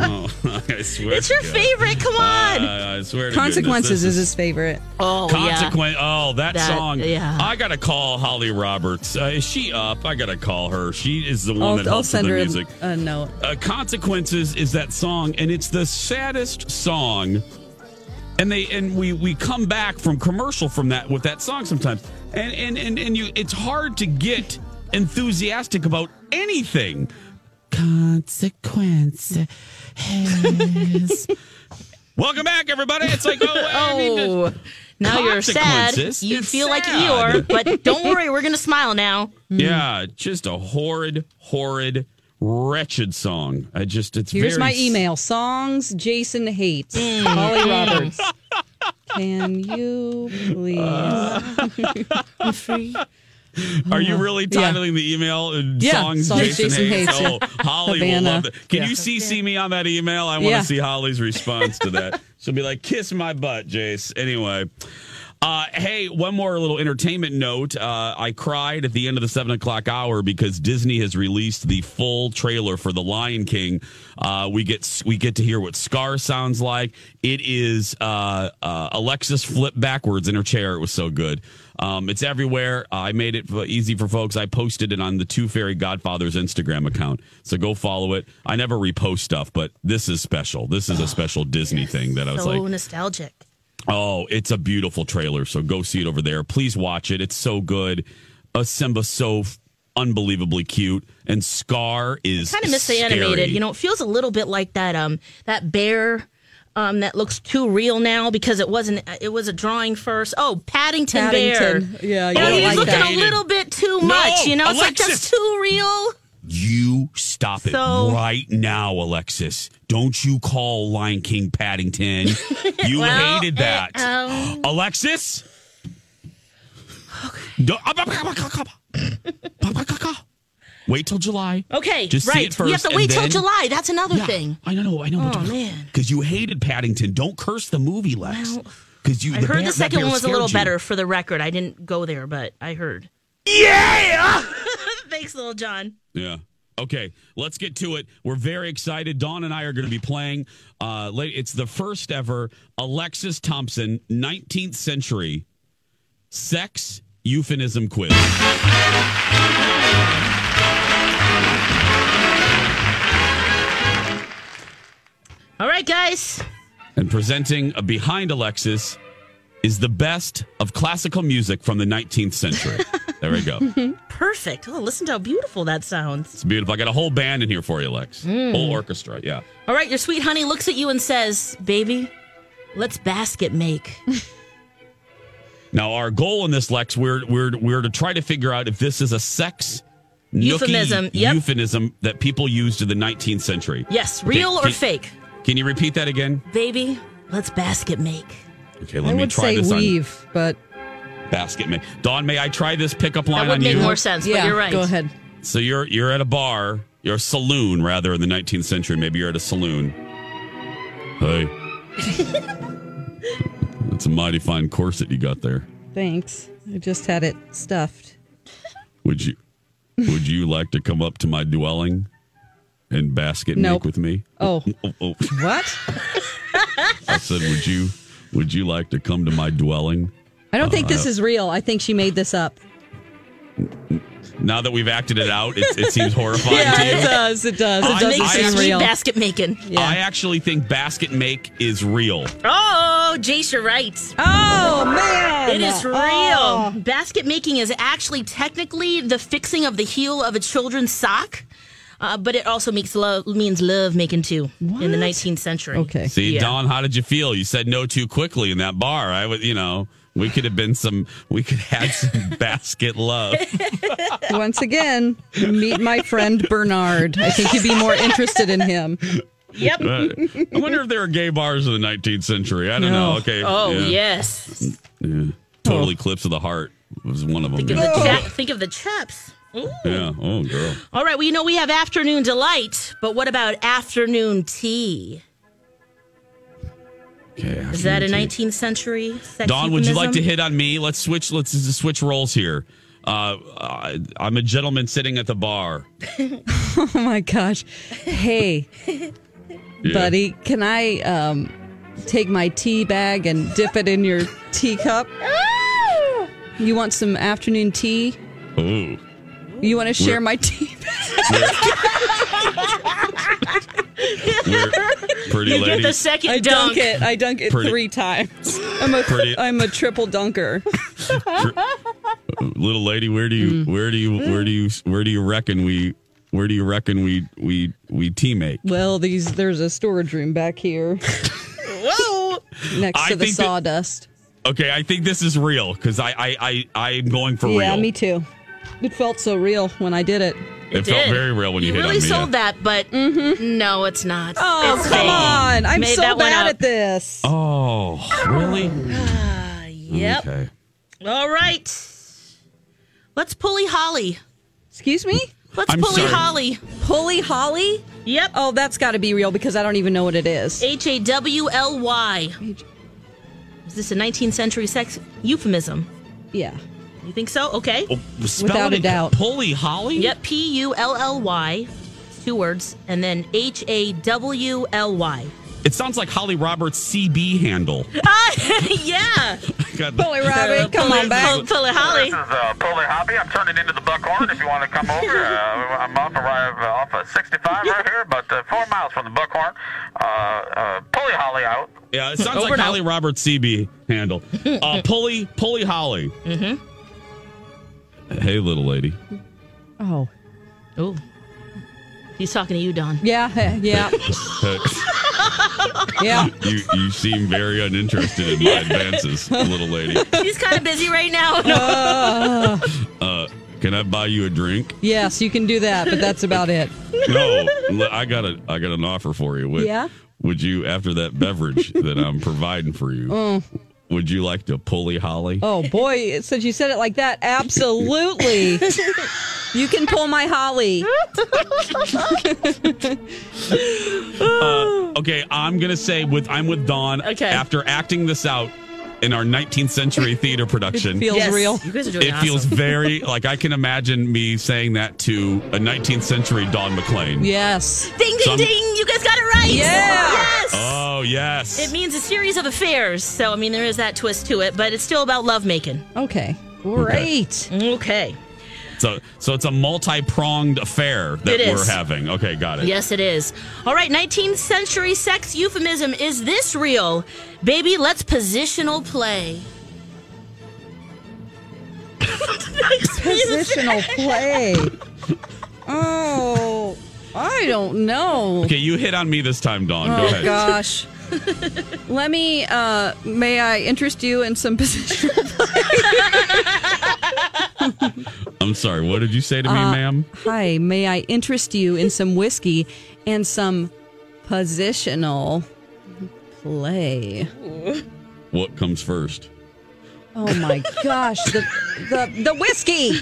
E: oh, I swear.
F: It's
E: to
F: your
E: God.
F: favorite. Come on.
E: Uh, I swear to goodness,
D: Consequences
E: this
D: is his favorite.
F: Oh,
E: Consequence. Oh, that,
D: That-
E: song.
D: yeah.
E: I gotta call Holly Roberts. Uh, is she up? I gotta call her. She is the one
D: I'll,
E: that
D: I'll
E: helps with
D: send
E: the
D: her
E: music.
D: a, a note.
E: Uh, Consequences is that song, and it's the saddest song. And they and we we come back from commercial from that with that song sometimes, and and and and you. It's hard to get enthusiastic about anything. Consequence. Welcome back, everybody. It's like oh, I need to-
F: Oh, now you're sad.
E: Consequences.
F: You
E: It's
F: feel like
E: sad.
F: Eeyore, but don't worry, we're gonna smile now.
E: Yeah, just a horrid, horrid, wretched song. I just it's
D: Here's
E: very
D: my email: songs Jason hates. Holly
F: Mm.
D: Roberts. Can you please?
F: Uh.
D: Be free.
E: Are you really
D: Yeah.
E: titling the email uh,
D: Yeah,
E: songs,
D: songs
E: Jason,
D: Jason
E: hates?
D: hates, yeah.
E: Oh, Holly
D: Havana.
E: will love that. Can
D: Yeah.
E: you CC me on that email? I want to
D: Yeah.
E: see Holly's response to that. She'll be like, "Kiss my butt, Jace." Anyway. Uh, hey, one more little entertainment note. Uh, I cried at the end of the seven o'clock hour because Disney has released the full trailer for The Lion King. Uh, we get we get to hear what Scar sounds like. It is uh, uh, Alexis flipped backwards in her chair. It was so good. Um, it's everywhere. I made it f- easy for folks. I posted it on the Two Fairy Godfathers Instagram account. So go follow it. I never repost stuff, but this is special. This is a special Disney thing that I was
F: so
E: like,
F: nostalgic.
E: Oh, it's a beautiful trailer. So go see it over there. Please watch it. It's so good. Uh, Simba's so f- unbelievably cute, and Scar is
F: Kind of miss the
E: scary.
F: animated. You know, it feels a little bit like that um that bear um that looks too real now because it wasn't it was a drawing first. Oh, Paddington,
D: Paddington.
F: Bear.
D: Yeah, you
F: You know,
D: don't
F: he's
D: like
F: looking
D: that.
F: a little bit too
D: No,
F: much, you know? It's like
E: Alexis.
F: that's too real.
E: You stop it
F: So-
E: right now, Alexis. Don't you call Lion King Paddington. You
F: Well,
E: hated that.
F: eh, um,
E: Alexis? Don't- ah, Wait till July.
F: Okay,
E: Just see
F: right.
E: it first
F: you have to
E: and
F: wait till
E: then-
F: July. That's another thing.
E: I know, I know.
F: Oh man.
E: Because you hated Paddington. Don't curse the movie, Lex. Because you
F: I
E: the
F: heard
E: bear-
F: the
E: that
F: second
E: bear
F: one was a little
E: scared you.
F: better for the record. I didn't go there, but I heard.
E: Yeah.
F: Thanks, little John.
E: Yeah. Okay, let's get to it. We're very excited. Dawn and I are going to be playing. Uh, late, it's the first ever Alexis Thompson 19th century sex euphemism quiz.
F: All right, guys.
E: And presenting a behind Alexis is the best of classical music from the 19th century. there we go.
F: Perfect. Oh, listen to how beautiful that sounds.
E: It's beautiful. I got a whole band in here for you, Lex.
F: Mm.
E: Whole orchestra. Yeah.
F: All right, your sweet honey looks at you and says, "Baby, let's basket make."
E: Now, our goal in this, Lex, we're we're we're to try to figure out if this is a sex nookie
F: Euphemism, yep.
E: euphemism that people used in the 19th century.
F: Yes,
E: Okay,
F: real or
E: can-
F: fake?
E: Can you repeat that again?
F: Baby, let's basket make.
E: Okay,
D: I
E: let me
D: would
E: try
D: say
E: this
D: weave, but
E: on basket. May Dawn, may I try this pickup line
F: that would
E: on
F: make
E: you?
F: more sense.
D: Yeah,
F: but you're right.
D: go ahead.
E: So you're you're at a bar, you're a saloon rather in the 19th century. Maybe you're at a saloon. Hey. That's a mighty fine corset you got there.
D: Thanks. I just had it stuffed.
E: Would you would you like to come up to my dwelling and basket
D: Nope.
E: make with me?
D: Oh.
E: oh, oh.
D: What?
E: I said, would you would you like to come to my dwelling?
D: I don't think
E: Uh,
D: this is real. I think she made this up.
E: Now that we've acted it out, it, it seems horrifying to you.
D: does. It does.
E: It I- doesn't I seem actually- real.
F: basket making.
E: I actually think basket make is real.
F: Oh, Jace, you're right.
D: Oh, man.
F: It is real.
D: Oh.
F: Basket making is actually technically the fixing of the heel of a children's sock, uh, but it also makes love means love making too in the 19th century. Okay.
E: See, Don, how did you feel? You said no too quickly in that bar. I would, you know, we could have been some, we could have had some basket love.
D: Once again, meet my friend Bernard. I think you'd be more interested in him.
F: Yep.
E: Uh, I wonder if there were gay bars in the 19th century. I don't
D: No.
E: know. Okay.
F: Oh,
E: yeah.
F: yes.
E: Yeah. Total Eclipse of the Heart was one of them.
F: Think of,
E: yeah.
F: the cha- think of the chaps. Ooh.
E: Yeah. Oh, girl.
F: All right, well, you know, we have afternoon delight, but what about afternoon tea?
E: Okay.
F: Is that a
E: afternoon tea.
F: 19th century sex
E: Don, would you like to
F: euphemism?
E: hit on me? Let's switch. Let's just switch roles here. Uh, I, I'm a gentleman sitting at the bar.
D: Oh my gosh. Hey,
E: Yeah.
D: buddy, can I um, take my tea bag and dip it in your teacup?
E: Ah!
D: You want some afternoon tea?
E: Ooh.
D: You want to share
E: We're-
D: my tea?
E: We're pretty
D: You get
E: lady.
D: the second I dunk. dunk it. I dunk it
E: Pretty-
D: three times. I'm a
E: Pretty-
D: am a triple dunker.
E: little lady where do
F: Mm.
E: you where do you where do you where do you reckon we where do you reckon we we we teammate
D: Well, these there's a storage room back here. Whoa! Next
E: I
D: to the
E: think that-
D: sawdust.
E: okay i think this is real because I, I i i'm going for
D: yeah,
E: real
D: me too. It felt so real when I did it.
E: it, felt
F: did.
E: very real when you,
F: You
E: hit
F: really
E: on me
F: sold that, but no, it's not.
D: Mm-hmm. Oh,
F: It's
D: come
F: fake.
D: on! I'm
F: Made
D: so
F: that one
D: bad
F: up.
D: at this.
E: oh really
F: Yep.
E: okay
F: All right. Let's pulley Holly.
D: Excuse me?
F: Let's
D: I'm
F: pulley
D: sorry.
F: Holly.
D: Pulley Holly?
F: Yep.
D: Oh, that's got to be real because I don't even know what it is.
F: H A W L Y. Is this a 19th century sex euphemism?
D: Yeah.
F: You think so? Okay.
E: Well, spell it
D: Without a
E: in-
D: doubt.
E: pulley holly
F: Yep. P U L L Y. Two words. And then H A W L Y.
E: it sounds like holly roberts cb handle
F: Ah, yeah.
E: God,
D: Pulley Robbie, come
F: Pulley-
D: on back.
F: pull- Pulley Holly.
K: This is uh, Pulley Hobby. I'm turning into the Buckhorn. If you want to come over, uh, I'm off of, uh, off of 65 right here, but uh, four miles from the Buckhorn. Uh, uh, Pulley Holly out.
E: yeah it sounds
F: Over
E: like
F: now.
E: holly roberts cb handle uh pulley pulley holly
F: Mm-hmm.
E: hey little lady
D: Oh.
F: Oh. He's talking to you, Don.
D: Yeah, eh, yeah, yeah.
E: you you seem very uninterested in my advances little lady
F: He's kind of busy right now. No.
D: Uh,
E: uh can i buy you a drink
D: yes, you can do that, but that's about it.
E: No, l- I got a I got an offer for you. Would,
D: Yeah?
E: Would you after that beverage that I'm providing for you? Would you like to pulley Holly?
D: Mm. Oh boy, it- since you said it like that, absolutely. you can pull my holly.
E: Uh, Okay, I'm gonna say with I'm with Dawn.
F: Okay.
E: After acting this out in our 19th century theater production,
D: Feels
F: Yes.
D: real.
F: You guys are doing
E: it
F: awesome.
E: feels very like I can imagine me saying that to a 19th century Don McLean.
D: Yes.
F: Ding, ding,
E: Some-
F: ding. You guys got it right.
D: Yeah.
F: Yes.
E: Oh yes.
F: It means a series of affairs. So, I mean, there is that twist to it, but it's still about lovemaking.
D: Okay. Great.
F: Okay.
E: so so it's a multi pronged affair that
F: It
E: we're
F: is.
E: having. Okay, got it.
F: Yes, it is. All right, 19th century sex euphemism. Is this real? Baby, let's positional play.
D: Positional play. Oh, I don't know.
E: Okay, you hit on me this time, Dawn. Go
D: Oh
E: ahead.
D: gosh. Let me. Uh, may I interest you in some position?
E: I'm sorry. What did you say to me,
F: Uh-huh.
E: ma'am?
D: Hi. May I interest you in some whiskey and some positional play?
E: What comes first?
D: Oh my gosh. The the the whiskey.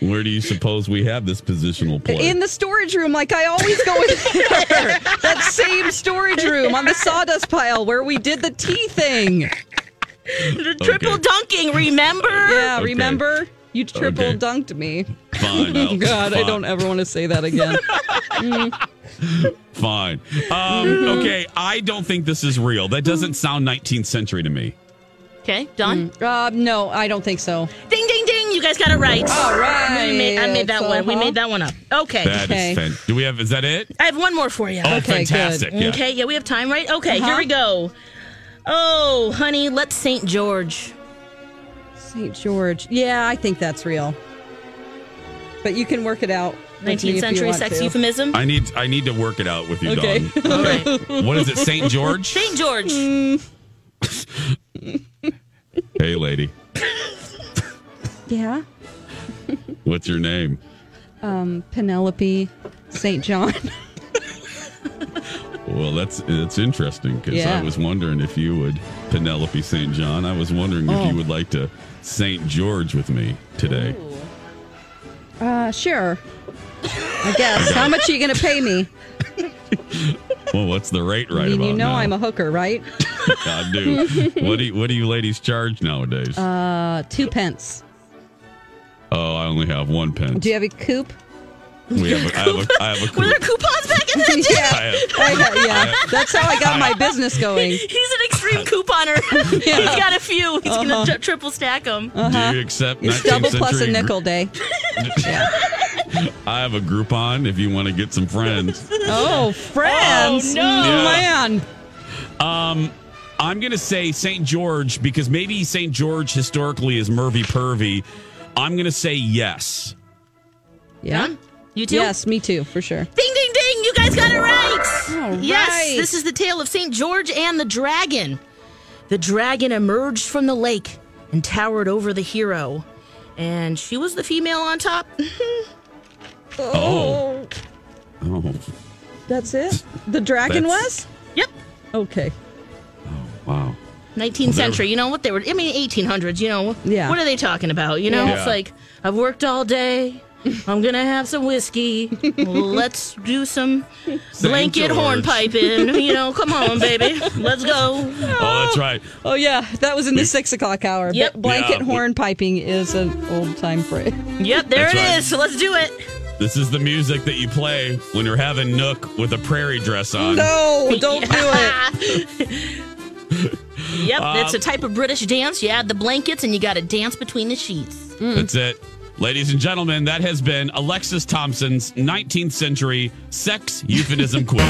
E: Where do you suppose we have this positional play?
D: In the storage room, like I always go in there. that same storage room on the sawdust pile where we did the tea thing. Uh,
F: Triple dunking, remember?
D: Yeah,
F: Okay.
D: remember? You triple
F: Okay.
D: dunked me.
E: Fine, Al.
D: God, I
E: Fine.
D: don't ever want to say that again. Mm.
E: Fine. Um,
F: Mm-hmm.
E: okay, I don't think this is real. That
F: Mm.
E: doesn't sound 19th century to me.
F: Okay, done.
D: Uh, no, I don't think so.
F: Ding, ding, ding. You guys got it right.
D: All right.
F: We made, I made that
D: So,
F: one. We
D: huh?
F: made that one up. Okay.
E: That is fan- Do we have? Is that it?
F: I have one more for you.
E: Oh, Okay, fantastic, good. yeah.
F: Okay, yeah, we have time, right? Okay,
D: Uh-huh.
F: here we go. Oh, honey, let's St. George.
D: St. George. Yeah, I think that's real. But you can work it out. with me if
F: 19th
D: you
F: century
D: want
F: sex
D: to.
F: euphemism.
E: I need. I need to work it out with you,
F: Okay.
E: Dawn. What is it, St. George?
F: St. George.
E: Hey, lady.
D: Yeah.
E: What's your name?
D: Um, Penelope St. John.
E: Well, that's that's interesting because
D: Yeah.
E: I was wondering if you would Penelope St. John. I was wondering
D: Oh.
E: if you would like to St. George with me today.
D: Uh, sure. I guess. How much are you going to pay me?
E: Well, what's the rate right
D: I mean,
E: about
D: you know
E: now?
D: I'm a hooker, right?
E: I do. what do you, what do you ladies charge nowadays?
D: Uh, two pence.
E: oh, I only have one pen.
D: Do you have a coop?
E: We have a, I have a, I have a
F: Were
E: cool.
F: there coupons back in that day?
E: I
D: yeah.
E: have-
D: I got- yeah. That's how I got my business going.
F: He's an extreme couponer.
D: Yeah.
F: He's got a few. He's
D: Uh-huh.
F: going to triple stack them.
E: Do you accept
D: It's
E: 19th
D: double plus a
E: century
D: nickel day.
E: I have a Groupon if you want to get some friends.
D: Oh, friends.
F: no.
D: Mm,
E: Yeah.
D: man.
E: Um, I'm going to say St. George because maybe St. George historically is Mervy Pervy. I'm going to say yes.
D: Yeah.
F: You too?
D: Yes, me too, for sure.
F: Ding, ding, ding. You guys got it right.
D: right.
F: Yes, this is the tale of St. George and the dragon. The dragon emerged from the lake and towered over the hero. And she was the female on top.
E: Oh. Oh,
D: That's it? The dragon
E: That's-
D: was?
F: Yep.
D: Okay.
E: wow.
F: 19th century, you know what they were, I mean, 1800s, you know.
D: Yeah.
F: What are they talking about? You know,
E: Yeah.
F: it's like, I've worked all day. I'm going to have some whiskey. Let's do some
E: St.
F: blanket
E: George.
F: horn piping. You know, come on, baby. Let's go.
E: Oh, that's right.
D: Oh, yeah. That was in the six o'clock hour.
F: Yep.
D: But Blanket
E: Yeah, we-
D: horn piping is an old time phrase.
F: Yep, there
E: That's
F: it is.
E: right.
F: So let's do it.
E: This is the music that you play when you're having Nook with a prairie dress on.
D: No, don't
F: do it. yep,
E: Uh,
F: it's a type of British dance. You add the blankets and you got to dance between the sheets. Mm.
E: That's it. Ladies and gentlemen, that has been Alexis Thompson's 19th century sex euphemism quiz.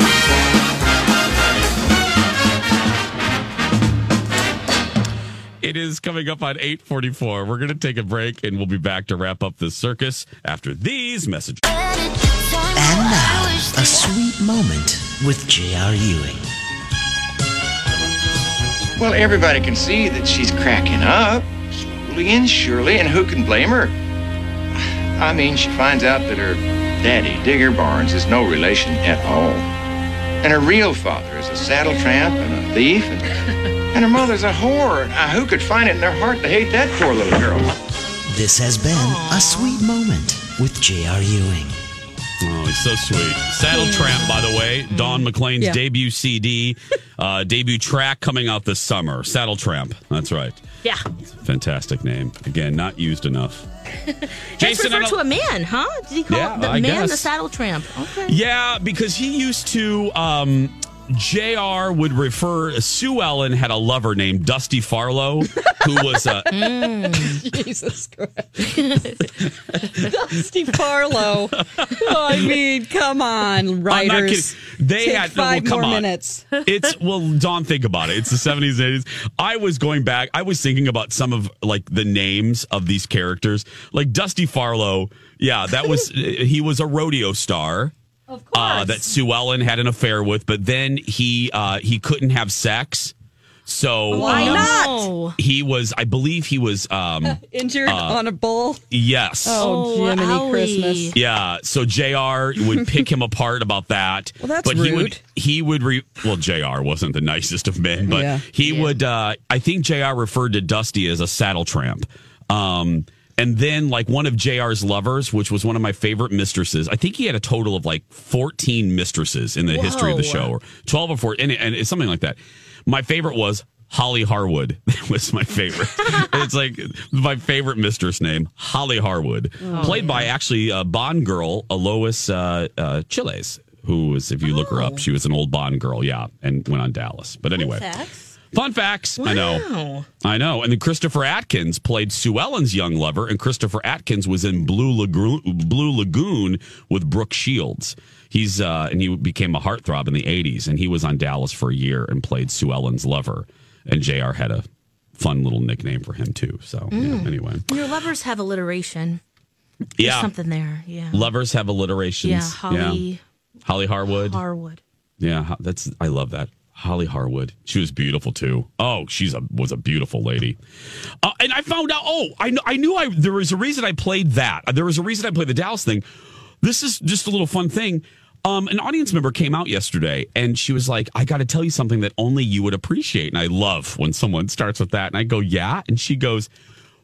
E: It is coming up on 844. We're going to take a break and we'll be back to wrap up the circus after these messages.
G: And now, a sweet moment with J.R. Ewing.
O: Well, everybody can see that she's cracking up, slowly and surely, and who can blame her? I mean, she finds out that her daddy, Digger Barnes, is no relation at all. And her real father is a saddle tramp and a thief, and, and her mother's a whore. And, uh, who could find it in their heart to hate that poor little girl?
G: This has been a sweet moment with J.R. Ewing.
E: Oh, he's so sweet. Saddle Tramp, by the way, Don McLean's
D: Yeah.
E: debut CD, uh, debut track coming out this summer. Saddle Tramp. That's right.
F: Yeah.
E: Fantastic name. Again, not used enough.
F: That's
E: I
F: referred
E: don't-
F: to a man, huh? Did he call
E: Yeah,
F: the
E: I
F: man the
E: guess.
F: saddle tramp? Okay.
E: Yeah, because he used to. Um, Jr. would refer. Sue Ellen had a lover named Dusty Farlow, who was a
F: Mm.
D: Jesus Christ. Dusty Farlow. I mean, come on,
E: I'm not
D: writers.
E: kidding. They
D: Take
E: had
D: five
E: well, come
D: more
E: on.
D: minutes.
E: It's well, Don, think about it. It's the 70s, 80s. I was going back. I was thinking about some of like the names of these characters, like Dusty Farlow. Yeah, that was he was a rodeo star. Of course. Uh, that Sue Ellen had an affair with, but then he uh, he couldn't have sex. So
D: Why
E: um,
D: not?
E: He was, I believe, he was. Um,
D: Injured
E: Uh,
D: on a bull.
E: yes.
D: Oh, Jiminy
F: owie.
D: Christmas.
E: Yeah, so Jr. would pick him apart about that.
D: Well, that's
E: but he
D: rude.
E: would he would re- well Jr. wasn't the nicest of men, but
D: Yeah.
E: he would. Uh, I think Jr. referred to Dusty as a saddle tramp. Um, And then, like, one of JR's lovers, which was one of my favorite mistresses. I think he had a total of like 14 mistresses in the history of the
P: Whoa.
E: show, or 12 or 14, and, and it's something like that. My favorite was Holly Harwood. That was my favorite. it's like my favorite mistress name, Holly Harwood,
P: Oh,
E: played by actually uh, Bond girl Alois uh, uh, Chiles, who was, if you look her up, she was an old Bond girl, yeah, and went on Dallas. But anyway. Fun facts. I know. I know. And then Christopher Atkins played Sue Ellen's young lover, and Christopher Atkins was in Blue Lagoon, Blue Lagoon with Brooke Shields. He's uh, and he became a heartthrob in the '80s, and he was on Dallas for a year and played Sue Ellen's lover. And Jr. had a fun little nickname for him too. So
F: Mm.
E: yeah, anyway,
F: Your lovers have alliteration. There's
E: yeah,
F: something there. Yeah.
E: lovers have alliterations.
F: Yeah, Holly-
E: Holly Harwood.
F: Harwood.
E: Yeah, ho- that's I love that. Holly Harwood. She was beautiful too. Oh, she's a was a beautiful lady. Uh, and I found out. Oh, I kn- I knew I there was a reason I played that. There was a reason I played the Dallas thing. This is just a little fun thing. Um, an audience member came out yesterday and she was like, I got to tell you something that only you would appreciate. And I love when someone starts with that. And I go, Yeah. And she goes,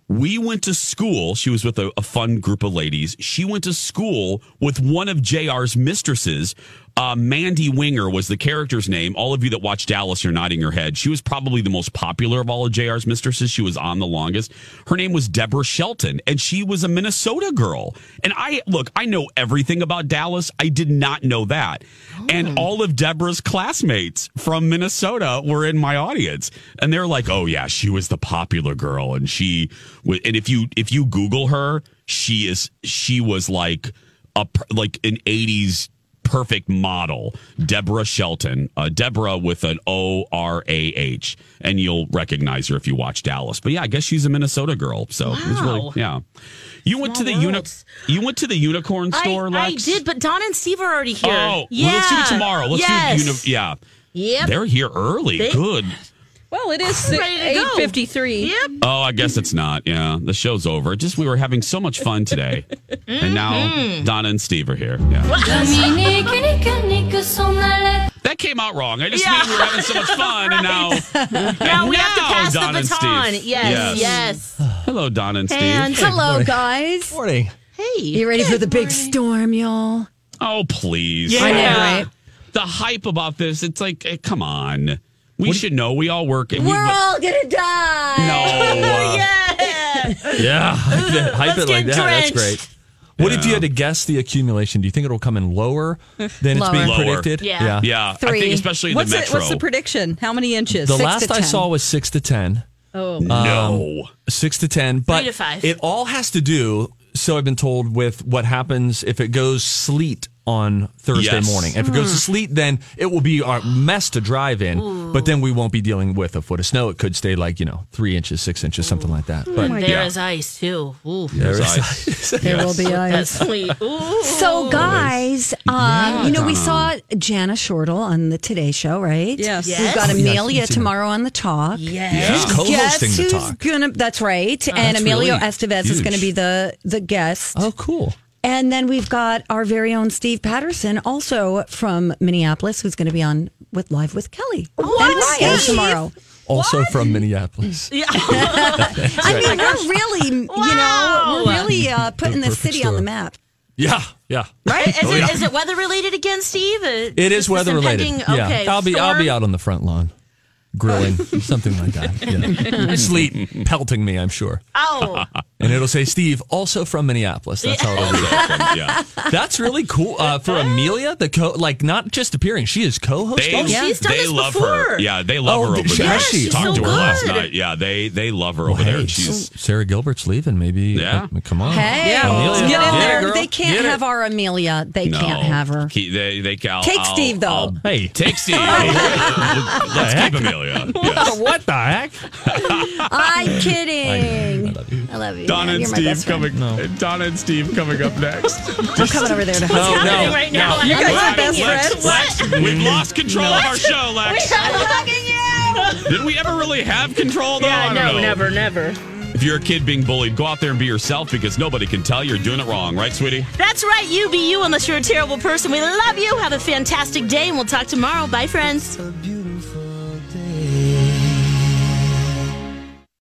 E: we went to school. She was with a, a fun group of ladies. She went to school with one of JR's mistresses. Uh, Mandy Winger was the character's name. All of you that watch Dallas are nodding your head. She was probably the most popular of all of JR's mistresses. She was on the longest. Her name was Deborah Shelton, and she was a Minnesota girl. And I look, I know everything about Dallas. I did not know that. And all of Deborah's classmates from Minnesota were in my audience, and they're like, "Oh yeah, she was the popular girl, and she wa- and if you if you Google her, she is she was like a per- like an '80s perfect model, Deborah Shelton, uh, Deborah with an O R A H, and you'll recognize her if you watch Dallas. But yeah, I guess she's a Minnesota girl, so it was really
F: Wow.
E: yeah. You went to the uni- you went to the unicorn store,
F: I, I
E: Lex.
F: did, but Don and Steve are already here.
E: Oh,
F: yeah.
E: well, let's do it tomorrow. Let's
F: yes.
E: do it. Uni- yeah.
F: Yep.
E: They're here early.
F: They-
E: Good.
D: Well, it is
F: Ready to go.
D: 853.
F: Yep.
E: Oh, I guess it's not. Yeah. The show's over. Just we were having so much fun today. And now
F: Mm-hmm.
E: Donna and Steve are here. Yeah.
H: Dominique, nique, nique son haleine.
E: That came out wrong. I just
H: Yeah.
E: mean we were having so much fun and now
F: Now we have to
E: now
F: pass
E: Donna
F: the
E: and Steve.
F: baton. Yes, yes.
E: Hello, Donna and Steve.
Q: And hello, guys. Morning.
F: Hey.
Q: You ready for the big storm, y'all?
E: Oh, please.
Q: Yeah. I know, right?
E: The hype about this, it's like, eh, come on. We should know. We all work. and we-
Q: We're all gonna die.
E: No. uh,
R: Yeah, hype it, hype it like
E: get
R: that. That's
E: drenched.
R: great. What if you had to guess the accumulation? Do you think it'll come in lower than it's being
E: Lower. Lower.
R: predicted?
E: Yeah. Yeah. I think especially in the
D: what's
R: metro.
D: what's the prediction? How many inches?
R: The
D: Six
R: last
D: to
R: I
D: 10.
R: saw was six to ten.
D: Oh.
R: Um, six to ten, but
D: to five.
R: it all has to do. So I've been told with what happens if it goes sleet on Thursday
E: Yes.
R: morning. If it goes to
E: Hmm.
R: sleet, then it will be a mess to drive in. But then we won't be dealing with a foot of snow. It could stay like you know three inches, six inches, something like that. But
F: And there is ice too. Ooh.
R: There is ice.
Q: There will be
F: That's
Q: ice.
F: sweet. Ooh.
Q: So, guys, um, you know, we
F: Donna.
Q: saw Jana Shortle on the Today Show, right?
D: Yes.
Q: We've
D: Yes.
Q: got
D: Yes,
Q: Amelia
D: we've seen her.
Q: tomorrow on the Talk.
R: She's co-hosting
Q: Guess
R: the
Q: who's
R: talk.
Q: Gonna, that's right.
R: Wow.
Q: and
R: That's
Q: Emilio
R: really
Q: Estevez is
R: huge.
Q: going to be the the guest.
R: Oh, cool.
Q: And then we've got our very own Steve Patterson, also from Minneapolis, who's going to be on with Live with Kelly. And What? Ryan Steve? tomorrow.
R: Also from Minneapolis. That's
Q: I
R: right.
Q: mean, we're really, you know, we're really uh, putting the
R: perfect
Q: city on the
R: storm.
Q: map.
R: Yeah, yeah.
F: Right? Is,
R: Oh,
F: it,
R: yeah.
F: is it weather related again, Steve? Uh,
R: It
F: this
R: is weather related.
F: impending-
R: Yeah,
F: Okay,
R: I'll be I'll
F: storm?
R: be out on the front lawn, grilling something like that. Yeah. Sleet pelting me, I'm sure.
F: Oh.
R: And it'll say Steve, also from Minneapolis. That's how it'll be.
E: yeah.
R: That's really cool uh, for Amelia. The co like not just appearing, she is
E: They,
R: co-hosting.
E: they love her. Yeah, they love
R: Oh,
E: her over
R: she-
E: there.
R: has she?
E: I talked
R: She's
E: to
R: so
E: her last
R: good.
E: night. Yeah, they they love her over
R: Well,
E: there.
R: hey,
E: She's
R: Sarah Gilbert's leaving. Maybe
E: Yeah.
R: uh, come on.
Q: Hey,
R: Amelia,
Q: let's get in
R: it,
Q: there.
R: girl.
Q: they can't
R: Get it.
Q: have our Amelia. They can't have her.
E: He- they, they, I'll-
Q: Take
E: I'll-
Q: Steve, though.
E: I'll-
R: hey,
E: take Steve. Let's keep Amelia. Yes.
R: What the heck?
Q: I'm kidding. I love you. I love you.
E: Donna
Q: man.
E: and
Q: You're my best
E: Steve
Q: friend.
E: coming. Donna and Steve coming up next.
Q: I'm coming over there to help.
E: No, no, no.
Q: You guys
E: Lex,
Q: are best
E: Lex,
Q: friends.
E: Lex, we've lost control of our show, Lex.
F: We are hugging you.
E: Did we ever really have control though?
F: Yeah,
E: I don't
F: no,
E: know.
F: never, never.
E: If you're a kid being bullied, go out there and be yourself because nobody can tell you're doing it wrong, right, sweetie?
F: That's right, you be you unless you're a terrible person. We love you. Have a fantastic day, and we'll talk tomorrow. Bye, friends.